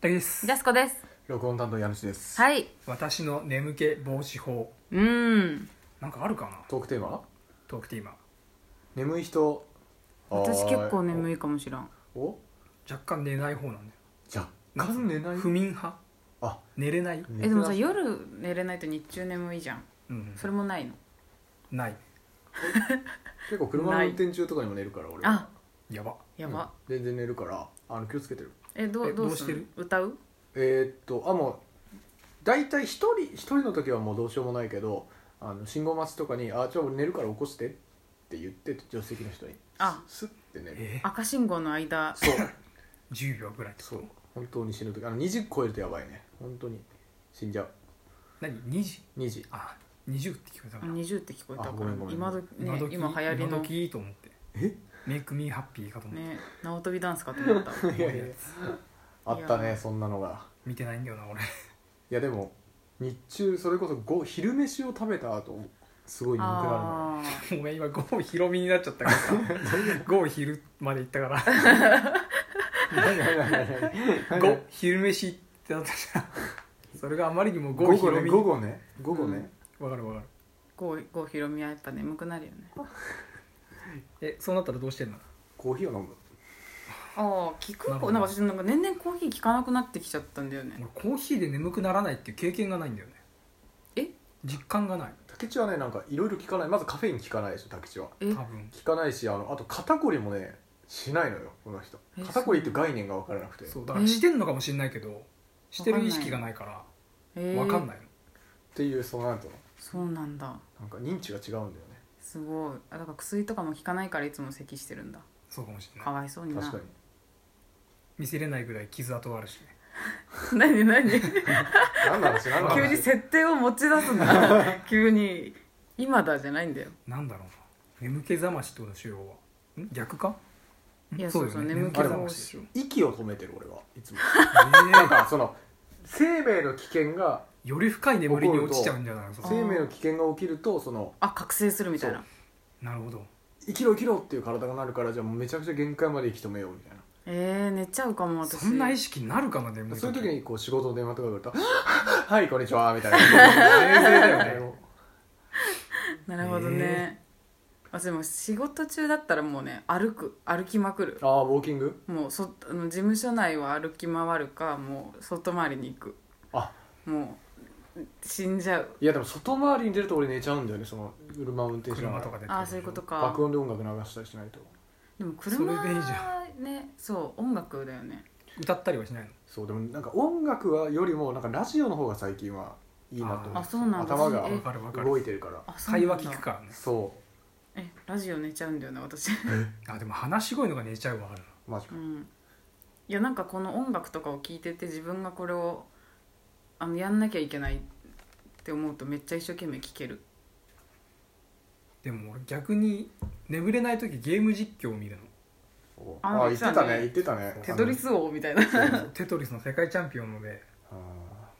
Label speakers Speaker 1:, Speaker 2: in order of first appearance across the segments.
Speaker 1: 竹です
Speaker 2: ジャスコです。
Speaker 3: 録音担当家主です、
Speaker 2: はい。
Speaker 1: 私の眠気防止法
Speaker 2: うん。
Speaker 1: なんかあるかな
Speaker 3: トークテーマ
Speaker 1: トークテーマ
Speaker 3: 眠い人
Speaker 2: 私結構眠
Speaker 3: い
Speaker 2: いかもしらん。
Speaker 3: お
Speaker 1: 若干寝ない方なんだよ
Speaker 3: 若干寝ない
Speaker 1: 不眠派
Speaker 3: あ
Speaker 1: 寝れない、
Speaker 3: 寝
Speaker 2: えで
Speaker 3: てな
Speaker 2: も
Speaker 3: さ
Speaker 2: さ夜寝れないと日中眠いじゃん。
Speaker 1: うん、
Speaker 2: それもないの。
Speaker 1: ない
Speaker 3: 結構車の運転中とかにも寝るから俺は
Speaker 2: あ、
Speaker 1: やば
Speaker 2: やば。
Speaker 3: 全然寝るからあの気をつけてる
Speaker 2: えど
Speaker 1: え
Speaker 2: うど
Speaker 1: どう
Speaker 2: う
Speaker 1: し
Speaker 2: してて
Speaker 1: る
Speaker 2: る？歌う？
Speaker 3: えー、っとあもう大体一人一人の時はもうどうしようもないけどあの信号待ちとかに「あじゃあ俺寝るから起こして」って言って助手席の人に
Speaker 2: あ
Speaker 3: スッて寝る
Speaker 1: えー、
Speaker 2: 赤信号の間。
Speaker 3: そう
Speaker 1: 10秒ぐらい
Speaker 3: そう本当に死ぬ時あの2時超えるとやばいね本当に死んじゃう
Speaker 1: 何2時
Speaker 3: 2時
Speaker 1: あ20って聞こえたから、
Speaker 2: 二十って聞こえた
Speaker 3: あ
Speaker 2: か
Speaker 3: ごめ
Speaker 2: ら
Speaker 3: んごめん
Speaker 2: 今どね
Speaker 1: 時
Speaker 2: 今流行り
Speaker 1: 今
Speaker 2: の
Speaker 1: 時いいと思って
Speaker 3: え
Speaker 1: メイクミーハッピーかと思って、
Speaker 2: ね縄跳びダンスかと思った。
Speaker 3: いやいやあったねそんなのが
Speaker 1: 見てないんだよな俺
Speaker 3: いやでも日中それこそご昼飯を食べた後すごい眠くな
Speaker 2: ああ。
Speaker 1: お前今ゴーヒロミになっちゃったからさ ゴー昼まで行ったから
Speaker 3: るの
Speaker 1: ご
Speaker 3: よ
Speaker 1: 昼飯ってなったじゃんそれがあまりにも
Speaker 3: 午
Speaker 1: ゴーヒ
Speaker 3: 後
Speaker 1: ロ
Speaker 3: ね
Speaker 1: ミ
Speaker 3: 午後ね午後ね、
Speaker 1: わかるわかる
Speaker 2: こうこうひろみはやっぱ眠くなるよね。
Speaker 1: えそうなったらどうしてんの
Speaker 3: コーヒーを飲む
Speaker 2: ああ聞く
Speaker 1: なるほど
Speaker 2: なんか私なんか年々コーヒー効かなくなってきちゃったんだよね。
Speaker 1: 俺コーヒーで眠くならないっていう経験がないんだよね
Speaker 2: え
Speaker 1: 実感がない
Speaker 3: 竹地はねなんかいろいろ効かないまずカフェイン効かないでしょ竹地は
Speaker 2: え
Speaker 1: 多分
Speaker 3: 効かないしあのあと肩こりもねしないのよこの人
Speaker 2: え
Speaker 3: 肩こりって概念が分からなくてっ
Speaker 1: そうだからしてんのかもしれないけどしてる意識がないから
Speaker 2: えー
Speaker 1: 分かんないの、
Speaker 3: ていうそのなんていうの
Speaker 2: そうなんだ。
Speaker 3: なんか認知が違うんだよね
Speaker 2: すごいあだから薬とかも効かないからいつも咳してるんだ
Speaker 1: そうかもしれ
Speaker 2: か
Speaker 1: ない
Speaker 2: わいそうにな
Speaker 3: 確かに
Speaker 1: 見せれないぐらい傷跡があるしね
Speaker 2: 何何
Speaker 3: 何の話何の話
Speaker 2: 急に設定を持ち出す んだ急に今だじゃないんだよ
Speaker 1: なんだろうな眠気覚ましってことでしょ要はん逆かん
Speaker 2: いや
Speaker 1: だよね
Speaker 2: そうそう
Speaker 1: 眠気覚ましでしょ
Speaker 3: 息を止めてる俺は いつもなん
Speaker 1: え
Speaker 3: かその生命の危険が
Speaker 1: えより深い眠りに落ちちゃうんじゃないのそ
Speaker 2: あ
Speaker 1: う
Speaker 3: 生命の危険が起きるとその
Speaker 2: あ覚醒するみたいな
Speaker 3: そう
Speaker 1: なるほど
Speaker 3: 生きろ生きろっていう体がなるからじゃあもうめちゃくちゃ限界まで息止めようみたいな
Speaker 2: えー、寝ちゃうかも私
Speaker 1: そんな意識になるかな眠り
Speaker 3: そういう時にこう仕事の電話とかが来ると「はいこんにちは」みたいな冷静だよね
Speaker 2: なるほどね、私でも仕事中だったらもうね歩く歩きまくる
Speaker 3: ああウォーキング
Speaker 2: もうそあの事務所内を歩き回るかもう外回りに行く
Speaker 3: あ
Speaker 2: もう死んじゃう
Speaker 3: いやでも外回りに出ると俺寝ちゃうんだよねその車運転しな
Speaker 1: 車
Speaker 3: が
Speaker 1: と
Speaker 3: ら
Speaker 1: かで
Speaker 2: ああそういうことか
Speaker 3: 爆音で音楽流したりしないと
Speaker 2: でも車
Speaker 1: それでいいじゃ
Speaker 2: ねそう音楽だよね
Speaker 1: 歌ったりはしないの
Speaker 3: そうでもなんか音楽はよりもなんかラジオの方が最近はいいなと思
Speaker 2: あそうなんだ
Speaker 3: 頭
Speaker 2: え
Speaker 1: わ
Speaker 3: が
Speaker 1: かるわか
Speaker 3: 動
Speaker 1: る
Speaker 3: いてるから
Speaker 2: あそう
Speaker 1: 会
Speaker 2: な
Speaker 1: 話
Speaker 2: んだ
Speaker 1: 聞くからね
Speaker 3: そう
Speaker 2: えラジオ寝ちゃうんだよな 私
Speaker 1: あでも話し声のが寝ちゃうわある
Speaker 3: マジ
Speaker 2: う
Speaker 3: か
Speaker 2: んいやなんかこの音楽とかを聞いてて自分がこれをあのやんなきゃいけないって思うとめっちゃ一生懸命聞ける
Speaker 1: でも俺逆に眠れない時ゲーム実況を見る
Speaker 3: お
Speaker 2: あ
Speaker 3: ああ言ってたね
Speaker 2: 言
Speaker 3: 言ってたね
Speaker 2: テトリス王みたいな
Speaker 1: のテトリスの世界チャンピオンので
Speaker 3: あのあ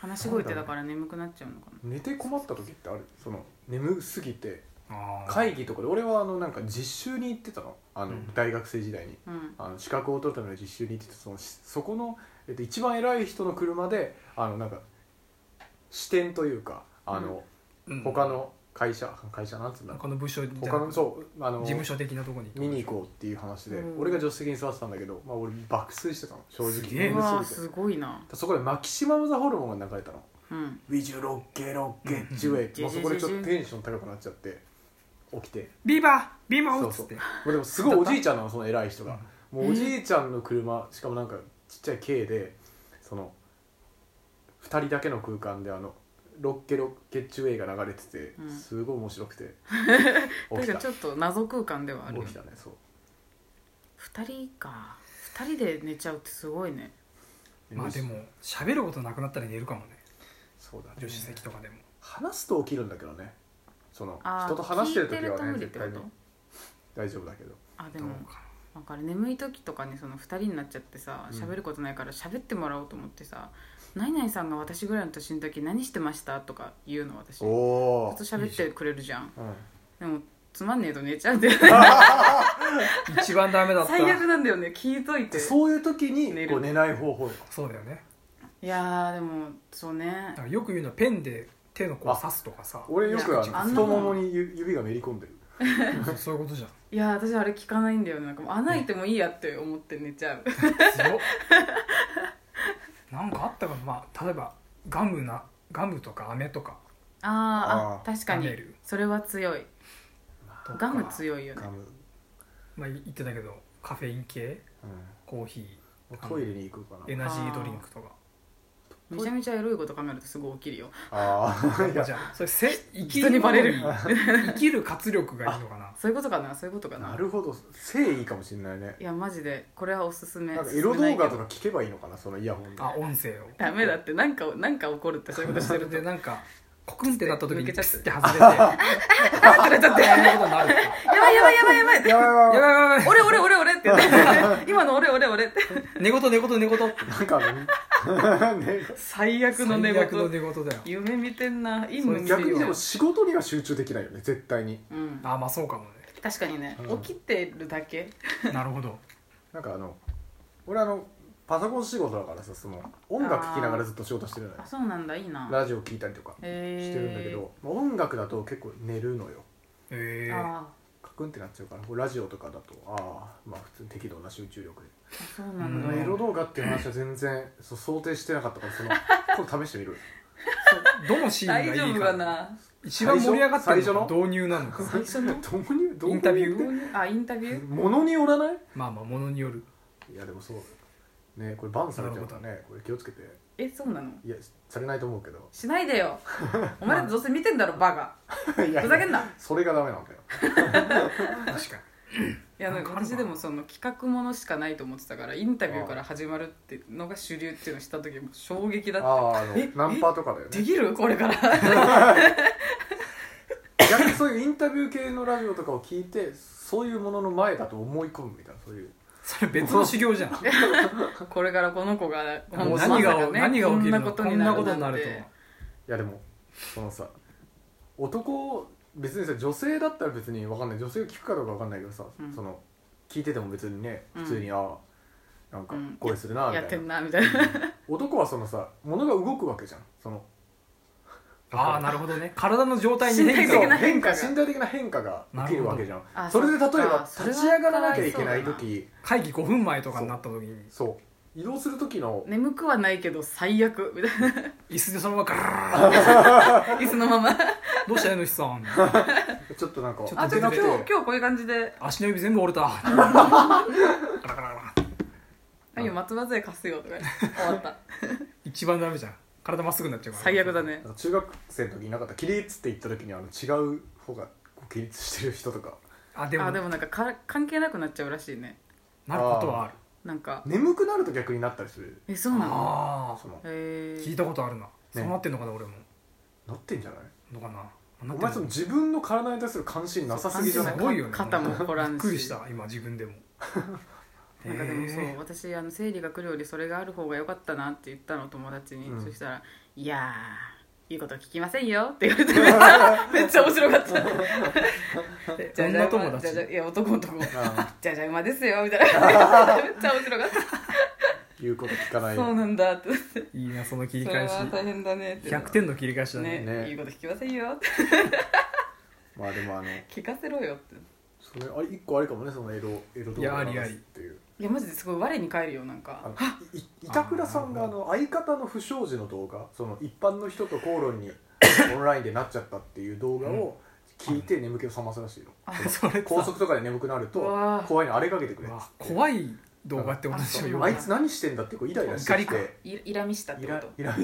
Speaker 3: ー
Speaker 2: 話し声ってだから眠くなっちゃうのかな
Speaker 3: 寝て困った時ってあるその眠すぎて
Speaker 1: あー
Speaker 3: 会議とかで俺はあのなんか実習に行ってたのあの、
Speaker 1: うん
Speaker 3: 大学生時代に
Speaker 2: うん
Speaker 3: あの資格を取るための実習に行ってたそのしそこの、えっと、一番偉い人の車であのなんか視点というかあの、
Speaker 1: うん
Speaker 3: 他の会社会社なんつうんだろ
Speaker 1: 他の部署じ
Speaker 3: う
Speaker 1: ゃな
Speaker 3: 他の
Speaker 1: く事
Speaker 3: そうあの
Speaker 1: 務所的なとこに
Speaker 3: 見に行こうっていう話で、
Speaker 2: うん
Speaker 3: 俺が助手席に座ってたんだけど、まあ、俺爆睡してたの正直
Speaker 1: すげえ
Speaker 2: う
Speaker 3: 眠
Speaker 2: わー
Speaker 3: すぎ
Speaker 2: す
Speaker 3: て
Speaker 2: ごいな
Speaker 3: そこでマキシマム・ザ・ホルモンが流れたの
Speaker 2: うん
Speaker 3: 「ウィジュロッケロッケジュエ」
Speaker 2: うん
Speaker 3: もうそこでちょっとテンション高くなっちゃって起きて
Speaker 1: ビバビモ
Speaker 3: そ
Speaker 1: っ
Speaker 3: う
Speaker 1: つ
Speaker 3: そう
Speaker 1: って
Speaker 3: もうでもすごいおじいちゃんなのその偉い人が、もうおじいちゃんの車しかもなんかちっちゃい軽でその2人だけの空間であのロッケロッケ中映が流れてて、
Speaker 2: うん
Speaker 3: すごい面白く て起
Speaker 2: 確か
Speaker 3: きた
Speaker 2: にちょっと謎空間ではある
Speaker 3: 起
Speaker 2: よ
Speaker 3: きたねそう
Speaker 2: 2人か2人で寝ちゃうってすごいね
Speaker 1: まあでも喋ることなくなったら寝るかもね
Speaker 3: そうだね
Speaker 1: 助手席とかでも
Speaker 3: 話すと起きるんだけどねその
Speaker 2: あー
Speaker 3: 人と話してる時
Speaker 2: 聞い
Speaker 3: は
Speaker 2: と
Speaker 3: ね
Speaker 2: 無理っ
Speaker 3: 絶
Speaker 2: てこ
Speaker 3: 対に
Speaker 2: と
Speaker 3: 大丈夫だけど
Speaker 2: あで
Speaker 1: どう
Speaker 2: も
Speaker 1: か
Speaker 2: だから眠い時とかにその2人になっちゃってさ
Speaker 3: うん
Speaker 2: 喋ることないから喋ってもらおうと思ってさ「何々さんが私ぐらいの年の時何してました?」とか言うの私ずっ
Speaker 3: おお
Speaker 2: と喋ってくれるじゃん
Speaker 3: うん
Speaker 2: でもつまんねえと寝ちゃうんだよね
Speaker 1: 一番ダメだった
Speaker 2: 最悪なんだよね聞いといて
Speaker 3: そういう時に
Speaker 2: 寝る
Speaker 3: こう寝ない方法よ
Speaker 1: そうだよね
Speaker 2: いやーでもそうね
Speaker 1: だからよく言うのはペンで手の甲を刺すとかさ
Speaker 3: 俺よ
Speaker 2: い
Speaker 3: く
Speaker 2: や
Speaker 3: あの
Speaker 2: あんなの
Speaker 3: 太ももにゆ指がめり込んでる
Speaker 1: そういうこと じゃん
Speaker 2: いやー私あれ聞かないんだよねなんかもう穴開いてもいいやって思って寝ちゃう
Speaker 1: 強っなんかあったかなまあ例えばガムなガムとか飴とか
Speaker 2: あーあ
Speaker 3: あー
Speaker 2: 確かに
Speaker 1: 舐める
Speaker 2: それは強い
Speaker 1: とか
Speaker 2: ガム強いよね
Speaker 3: ガム、
Speaker 1: まあ言ってたけどカフェイン系コーヒ
Speaker 3: うん、トイレに行くか
Speaker 1: ーエ
Speaker 3: な
Speaker 1: ナジードリンクとか
Speaker 2: めちゃめちゃエロいこと考えるとすぐ起きるよ
Speaker 3: あ あいや
Speaker 1: じゃあそれせ生き
Speaker 2: 人にバレる
Speaker 1: のに生きる活力がいいのかな
Speaker 2: そういうことかなそういうことかな
Speaker 3: なるほど誠意かもしれないね
Speaker 2: いやマジでこれはおすすめ
Speaker 3: なんかエロ動画とか
Speaker 2: 勧めない
Speaker 3: 聞けばいいのかなそのイヤホンで
Speaker 1: あ音声を
Speaker 2: けどダメだってなんかなんか怒るってそういうことし
Speaker 1: それ
Speaker 2: て ると
Speaker 1: でなんかコクンってなった時に
Speaker 2: 抜
Speaker 1: ピ
Speaker 2: けちゃって
Speaker 1: スって外れてあ
Speaker 2: あ取れちゃってや
Speaker 1: んなことになるか
Speaker 2: ばいやばいやばいやばいって
Speaker 3: やばいやばい
Speaker 1: や
Speaker 3: や
Speaker 1: ばいやばい
Speaker 3: ばい
Speaker 1: やばい
Speaker 2: 俺俺俺俺って言って 今の俺俺俺って
Speaker 1: 寝言寝言寝言
Speaker 3: なん かあのね
Speaker 2: 最悪の寝
Speaker 1: 最悪の
Speaker 2: 言
Speaker 1: 寝言だよ
Speaker 2: 夢見てんないい夢見て
Speaker 3: 逆
Speaker 2: る
Speaker 3: にで
Speaker 2: よ
Speaker 3: も、仕事には集中できないよね絶対に
Speaker 2: うん、
Speaker 1: あまあそうかも
Speaker 2: 確かにね、
Speaker 3: うん
Speaker 2: 起きてるだけ
Speaker 1: ねなるほど
Speaker 3: なんかあの俺あのパソコン仕事だからさその音楽聴きながらずっと仕事してるのよ
Speaker 2: あそうなんだいいな
Speaker 3: ラジオ聴いたりとか
Speaker 2: へー
Speaker 3: してるんだけど、まあ音楽だと結構寝るのよ
Speaker 1: ええ
Speaker 2: あ
Speaker 3: カクンってなっちゃうからこうラジオとかだとああまあ普通に適度な集中力で
Speaker 2: あそうな
Speaker 1: う
Speaker 2: んだ、
Speaker 1: ん
Speaker 3: エロ動画っていう話は全然そう想定してなかったからそ の今度試してみる
Speaker 1: どのシーンがいい
Speaker 2: 大
Speaker 1: か
Speaker 2: 丈夫かな
Speaker 1: 一番盛り上がってるの
Speaker 3: 最
Speaker 1: が
Speaker 3: 初
Speaker 1: 導入なのか
Speaker 2: 最初の
Speaker 3: どういうどういう
Speaker 1: インタビュー
Speaker 2: あインタビュー
Speaker 3: ものによらない
Speaker 1: まあまあものによる
Speaker 3: いやでもそうねこれバンされちゃうからねこれ気をつけて
Speaker 2: えそうなの
Speaker 3: いやされないと思うけど
Speaker 2: しないでよ お前らどうせ見てんだろバカ
Speaker 3: いや
Speaker 2: ふざけんな
Speaker 3: それがダメなんだよ
Speaker 1: 確か
Speaker 2: いやなん
Speaker 1: な
Speaker 2: か
Speaker 1: んかある
Speaker 2: 私
Speaker 1: か
Speaker 2: でもその企画ものしかないと思ってたからインタビューから始まるってのが主流っていうのを知った時も衝撃だ
Speaker 3: あ
Speaker 2: っ
Speaker 3: ああの
Speaker 2: え
Speaker 3: ナンパとかだよ
Speaker 2: た
Speaker 3: ね
Speaker 2: できるこれから
Speaker 3: 逆にそういうインタビュー系のラジオとかを聞いてそういうものの前だと思い込むみたいなそういう
Speaker 1: それ別の修行じゃん
Speaker 2: これからこの子が
Speaker 1: もう
Speaker 2: まさ
Speaker 1: 何が
Speaker 2: かね
Speaker 1: 何が起きるの
Speaker 2: こ
Speaker 1: こ
Speaker 2: ん
Speaker 1: ん
Speaker 2: な
Speaker 1: な
Speaker 2: こ
Speaker 1: ことと
Speaker 2: に
Speaker 1: に
Speaker 2: な
Speaker 1: な
Speaker 2: る
Speaker 1: る
Speaker 2: と
Speaker 1: とはい
Speaker 3: やでもそのさ男別にさ女性だったら別にわかんない女性が聞くかどうかわかんないけどさ、
Speaker 2: うん
Speaker 3: その聞いてても別にね
Speaker 2: うん
Speaker 3: 普通に、ああなんか
Speaker 2: うん
Speaker 3: 声するなみた
Speaker 2: や
Speaker 3: い
Speaker 2: って
Speaker 3: な、
Speaker 2: んなみたいな
Speaker 3: 男はそのさ物が動くわけじゃんその
Speaker 1: ああなるほどね体の状態に
Speaker 2: 身体
Speaker 1: 変
Speaker 2: 的
Speaker 1: 化
Speaker 2: な
Speaker 1: が
Speaker 2: 変化が
Speaker 3: 身体的な変化が起きるわけじゃ
Speaker 2: なる
Speaker 3: ん
Speaker 2: ほ
Speaker 3: そ
Speaker 2: ど
Speaker 3: れで例えば
Speaker 2: あそっか
Speaker 3: 立ち上がらなきゃいけない
Speaker 2: それはかわい
Speaker 3: 時
Speaker 1: 会議5分前とかになった時に
Speaker 3: そう移動する時の
Speaker 2: 眠くはないけど最悪みたいな
Speaker 1: 椅子でそのままガーッ
Speaker 2: 椅子のまま
Speaker 1: どうした江ノさん
Speaker 3: ちょっとなんか
Speaker 1: ちょっ
Speaker 2: あ
Speaker 1: と
Speaker 2: ちょ
Speaker 1: 出て
Speaker 2: っと
Speaker 1: き
Speaker 2: 今日
Speaker 1: て
Speaker 2: 今日こういう感じで
Speaker 1: 足の指全部折れたガラガラガラ
Speaker 2: 「あいいよ松葉杖貸すよ」とか終わった
Speaker 1: 一番ダメじゃん体まっすぐになっちゃうから
Speaker 2: 最悪だね
Speaker 3: なんか中学生の時になかった起立って言った時にあの違う方がこう起立してる人とか
Speaker 1: あでも
Speaker 2: あでもなんかか関係なくなっちゃうらしいね
Speaker 1: なることはある
Speaker 2: なんか
Speaker 3: 眠くなると逆になったりする
Speaker 2: えそうなの
Speaker 1: あ
Speaker 3: そ
Speaker 1: あ
Speaker 3: の
Speaker 2: へえ
Speaker 1: 聞いたことあるなそうなってんのかな俺も
Speaker 3: なってんじゃない
Speaker 1: のかな
Speaker 3: お
Speaker 1: な
Speaker 3: 前
Speaker 1: って
Speaker 3: そ
Speaker 1: ん
Speaker 3: の
Speaker 1: の
Speaker 3: 自分の体に対する関心なさすぎじゃない
Speaker 1: すごいよね
Speaker 2: 肩も凝らんし
Speaker 1: びっくりした今自分でも
Speaker 2: なんかでもそう、
Speaker 1: へー
Speaker 2: 私あの生理が来るよりそれがある方が良かったなって言ったの友達に、
Speaker 3: うん
Speaker 2: そしたら「いやー言うこと聞きませんよ」って言われてめっちゃめっちゃ面白かった
Speaker 1: え
Speaker 2: じゃあじゃ
Speaker 1: 女
Speaker 2: あ
Speaker 1: 友
Speaker 2: じゃ
Speaker 1: 達
Speaker 2: あじゃあいや男男
Speaker 3: あ
Speaker 2: じゃあじゃあ馬ですよみたいなめっちゃ面白かっ
Speaker 3: 言うこと聞かな
Speaker 2: た
Speaker 3: い
Speaker 2: そうなんだって
Speaker 1: いいなその切り
Speaker 2: それ
Speaker 1: 返し
Speaker 2: は大変だねって
Speaker 1: 100点の切り返しだね
Speaker 2: ね
Speaker 3: ね
Speaker 2: 言うこと聞きませんよって
Speaker 3: まあでもあの
Speaker 2: 聞かせろよって
Speaker 3: それあれ一個あれかもねそのエロエロ動
Speaker 1: いや
Speaker 3: 画
Speaker 1: あ
Speaker 3: の
Speaker 1: りあ
Speaker 3: 話
Speaker 1: り
Speaker 3: っていう
Speaker 2: いやマジですごい我に返るよなん
Speaker 3: あ
Speaker 2: か
Speaker 3: のいい板倉さんがあの相方の不祥事の動画その一般の人と口論にオンラインでなっちゃったっていう動画を聞いて眠気を覚ますらしいの
Speaker 2: あ
Speaker 1: それさ
Speaker 3: 高速とかで眠くなると
Speaker 2: うわー
Speaker 3: 怖いのあれかけてくれ
Speaker 1: う
Speaker 3: っ
Speaker 1: わ
Speaker 3: つって
Speaker 1: 怖い動画ってことでしょ
Speaker 2: そう
Speaker 1: 要
Speaker 3: あ
Speaker 1: はい
Speaker 3: つ何してんだってこうイライラしてき
Speaker 1: 怒り
Speaker 3: て
Speaker 2: いイラミしたって
Speaker 3: イ
Speaker 2: こ
Speaker 3: ラ
Speaker 2: と
Speaker 3: イラ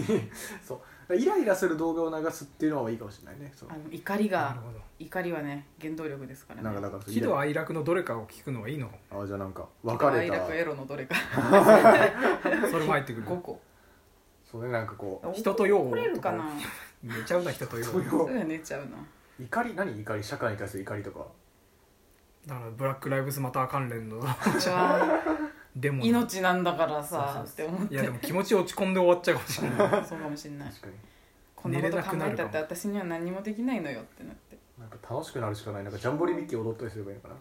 Speaker 3: そうだからイライラする動画を流すっていうのはいいかもしれないねそう
Speaker 2: あの怒り
Speaker 1: な
Speaker 2: が
Speaker 1: るほど
Speaker 2: 怒りはね原動力ですからね
Speaker 3: なんかだからそう
Speaker 1: 喜怒哀楽のどれかを聞くのはいいのか
Speaker 3: あじゃあなんか別れ
Speaker 2: 愛楽エ
Speaker 3: た
Speaker 2: ロのどれか
Speaker 1: もそれも入ってくる
Speaker 2: 5個
Speaker 3: そうねなんかこう
Speaker 1: 人と用
Speaker 2: 怒れる かな
Speaker 1: 寝ちゃうな人とよ
Speaker 3: そうい
Speaker 1: だ
Speaker 2: す
Speaker 3: う
Speaker 2: ぐ寝ちゃうな
Speaker 3: 怒り何怒り社会に対する怒りとか
Speaker 1: からブラック・ライブズ・マター関連の
Speaker 2: うわ
Speaker 1: デモの
Speaker 2: 命なんだからさって思っ
Speaker 1: い
Speaker 2: て
Speaker 1: やでも気持ち落ち込んで終わっちゃうかもし れない
Speaker 2: そうかもしんない
Speaker 3: 確かに
Speaker 2: こんなこと考
Speaker 1: 寝れな
Speaker 2: え
Speaker 1: く
Speaker 2: た
Speaker 1: な
Speaker 2: っ
Speaker 1: る
Speaker 2: て
Speaker 1: かも
Speaker 2: 私には何もできないのよってなって
Speaker 3: ななんか楽しくなるしかないなんかジャンボリミッキー踊ったりすればいいのかな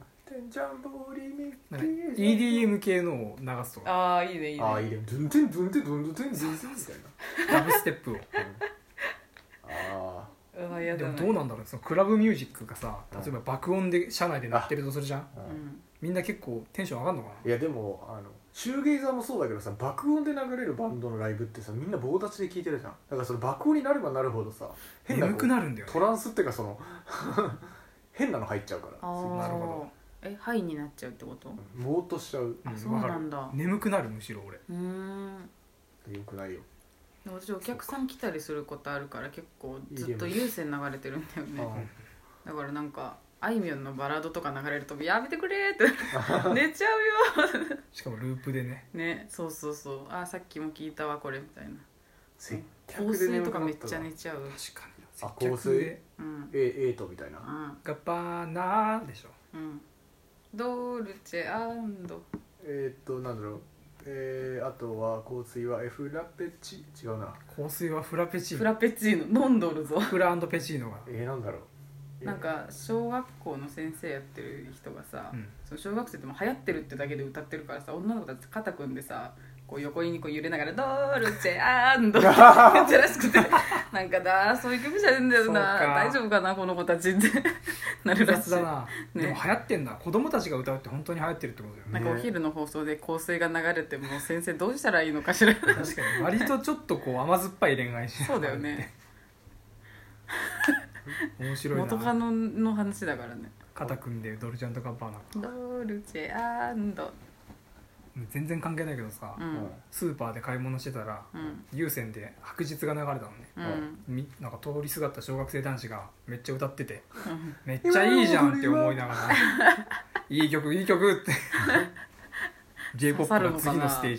Speaker 3: ジャンボリミッ
Speaker 1: なん
Speaker 3: キ
Speaker 1: か
Speaker 3: ー
Speaker 1: EDM 系のを流すとか
Speaker 2: ああいいねいいね
Speaker 3: ああいいねドゥンテンドゥンテンドゥンドゥンテンドゥンテンみたい
Speaker 1: ラブステップを
Speaker 3: なうんあ
Speaker 2: うわや
Speaker 1: で
Speaker 2: だ
Speaker 1: もどうなんだろうそのクラブミュージックがさ
Speaker 3: うん
Speaker 1: 例えば爆音で車内で鳴ってるとするじゃん
Speaker 3: あ、
Speaker 2: う
Speaker 3: うん
Speaker 2: ん
Speaker 1: みんな結構テンション上がるのか
Speaker 3: いやでもあのシューゲイザーもそうだけどさ爆音で流れるバンドのライブってさみんな棒立ちで聴いてるじゃんだからその爆音になればなるほどさ
Speaker 1: な
Speaker 3: 変なこう
Speaker 1: 眠くなるんだよね
Speaker 3: トランスっていうかその 変なの入っちゃうから
Speaker 2: ああ
Speaker 1: なるほ
Speaker 2: えハイになっちゃうってこと
Speaker 3: うんぼーっとしちゃう
Speaker 1: うん
Speaker 2: あそうなん
Speaker 1: わ
Speaker 2: だ
Speaker 1: かる眠くなるむしろ俺
Speaker 2: うーん
Speaker 3: よくないよ
Speaker 2: でも私お客さん来たりすることあるから結構ずっと
Speaker 3: いい
Speaker 2: 優先流れてるんだよ
Speaker 3: あ
Speaker 2: ねだからなんかあいみょんのバラードとか流れると「やめてくれ!」 って「寝ちゃうよ!
Speaker 1: しかもループでね」
Speaker 2: ねそうそうそう「あーさっきも聞いたわこれ」みたいな
Speaker 3: 接
Speaker 2: 香
Speaker 3: 客で
Speaker 2: 水
Speaker 3: 眠
Speaker 2: と
Speaker 3: く
Speaker 2: か
Speaker 3: な
Speaker 2: め
Speaker 3: っ
Speaker 2: ったちゃ
Speaker 3: ら
Speaker 2: 寝ちゃう
Speaker 1: 確かに
Speaker 3: あ
Speaker 1: 接客で
Speaker 2: うん
Speaker 3: えエイトみたいな
Speaker 2: うん
Speaker 1: ガバナーでしょ
Speaker 2: うんドルチェアンド
Speaker 3: えーっとなんだろうえー、あとは香水はエフラペチ違うな
Speaker 1: 香水はフラペチー
Speaker 2: フ
Speaker 1: ノ
Speaker 2: ラペチーノ飲んどるぞ
Speaker 1: フラペチーノが
Speaker 3: えー、なんだろう
Speaker 2: なんか小学校の先生やってる人がさ、
Speaker 1: うん
Speaker 2: その小学生でも流行ってるってだけで歌ってるからさ女の子たち肩組んでさこう横にこう揺れながら「ドルチェアンド」って言ってらしくてなんかだそういう曲じゃねえんだよな
Speaker 1: そうか
Speaker 2: 大丈夫かなこの子たち ってなるらし
Speaker 1: 雑だ
Speaker 2: いな
Speaker 1: な、
Speaker 2: ね
Speaker 1: でも流行ってんだ子供たちが歌うって本当に流行ってるってことだよね
Speaker 2: んかお昼の放送で香水が流れても先生どうしたらいいのか しら
Speaker 1: 確かに割とちょっとこう甘酸っぱい恋愛し
Speaker 2: そうだよね
Speaker 1: 面白い
Speaker 2: 元カ
Speaker 1: な
Speaker 2: ノの話だからね
Speaker 1: 肩組んでドルチャンとガッバーナ
Speaker 2: 「ドルチェアンド
Speaker 1: 全然関係ないけどさ、」
Speaker 2: う
Speaker 3: うん
Speaker 2: ん
Speaker 1: スーパーで買い物してたら
Speaker 2: うん
Speaker 1: 有線で白日が流れたのね
Speaker 2: うん
Speaker 1: みなんか通りすがった小学生男子がめっちゃ歌ってて
Speaker 2: うん
Speaker 1: めっちゃいいじゃんって思いなが らいい曲いい曲って j p o p が次のステージに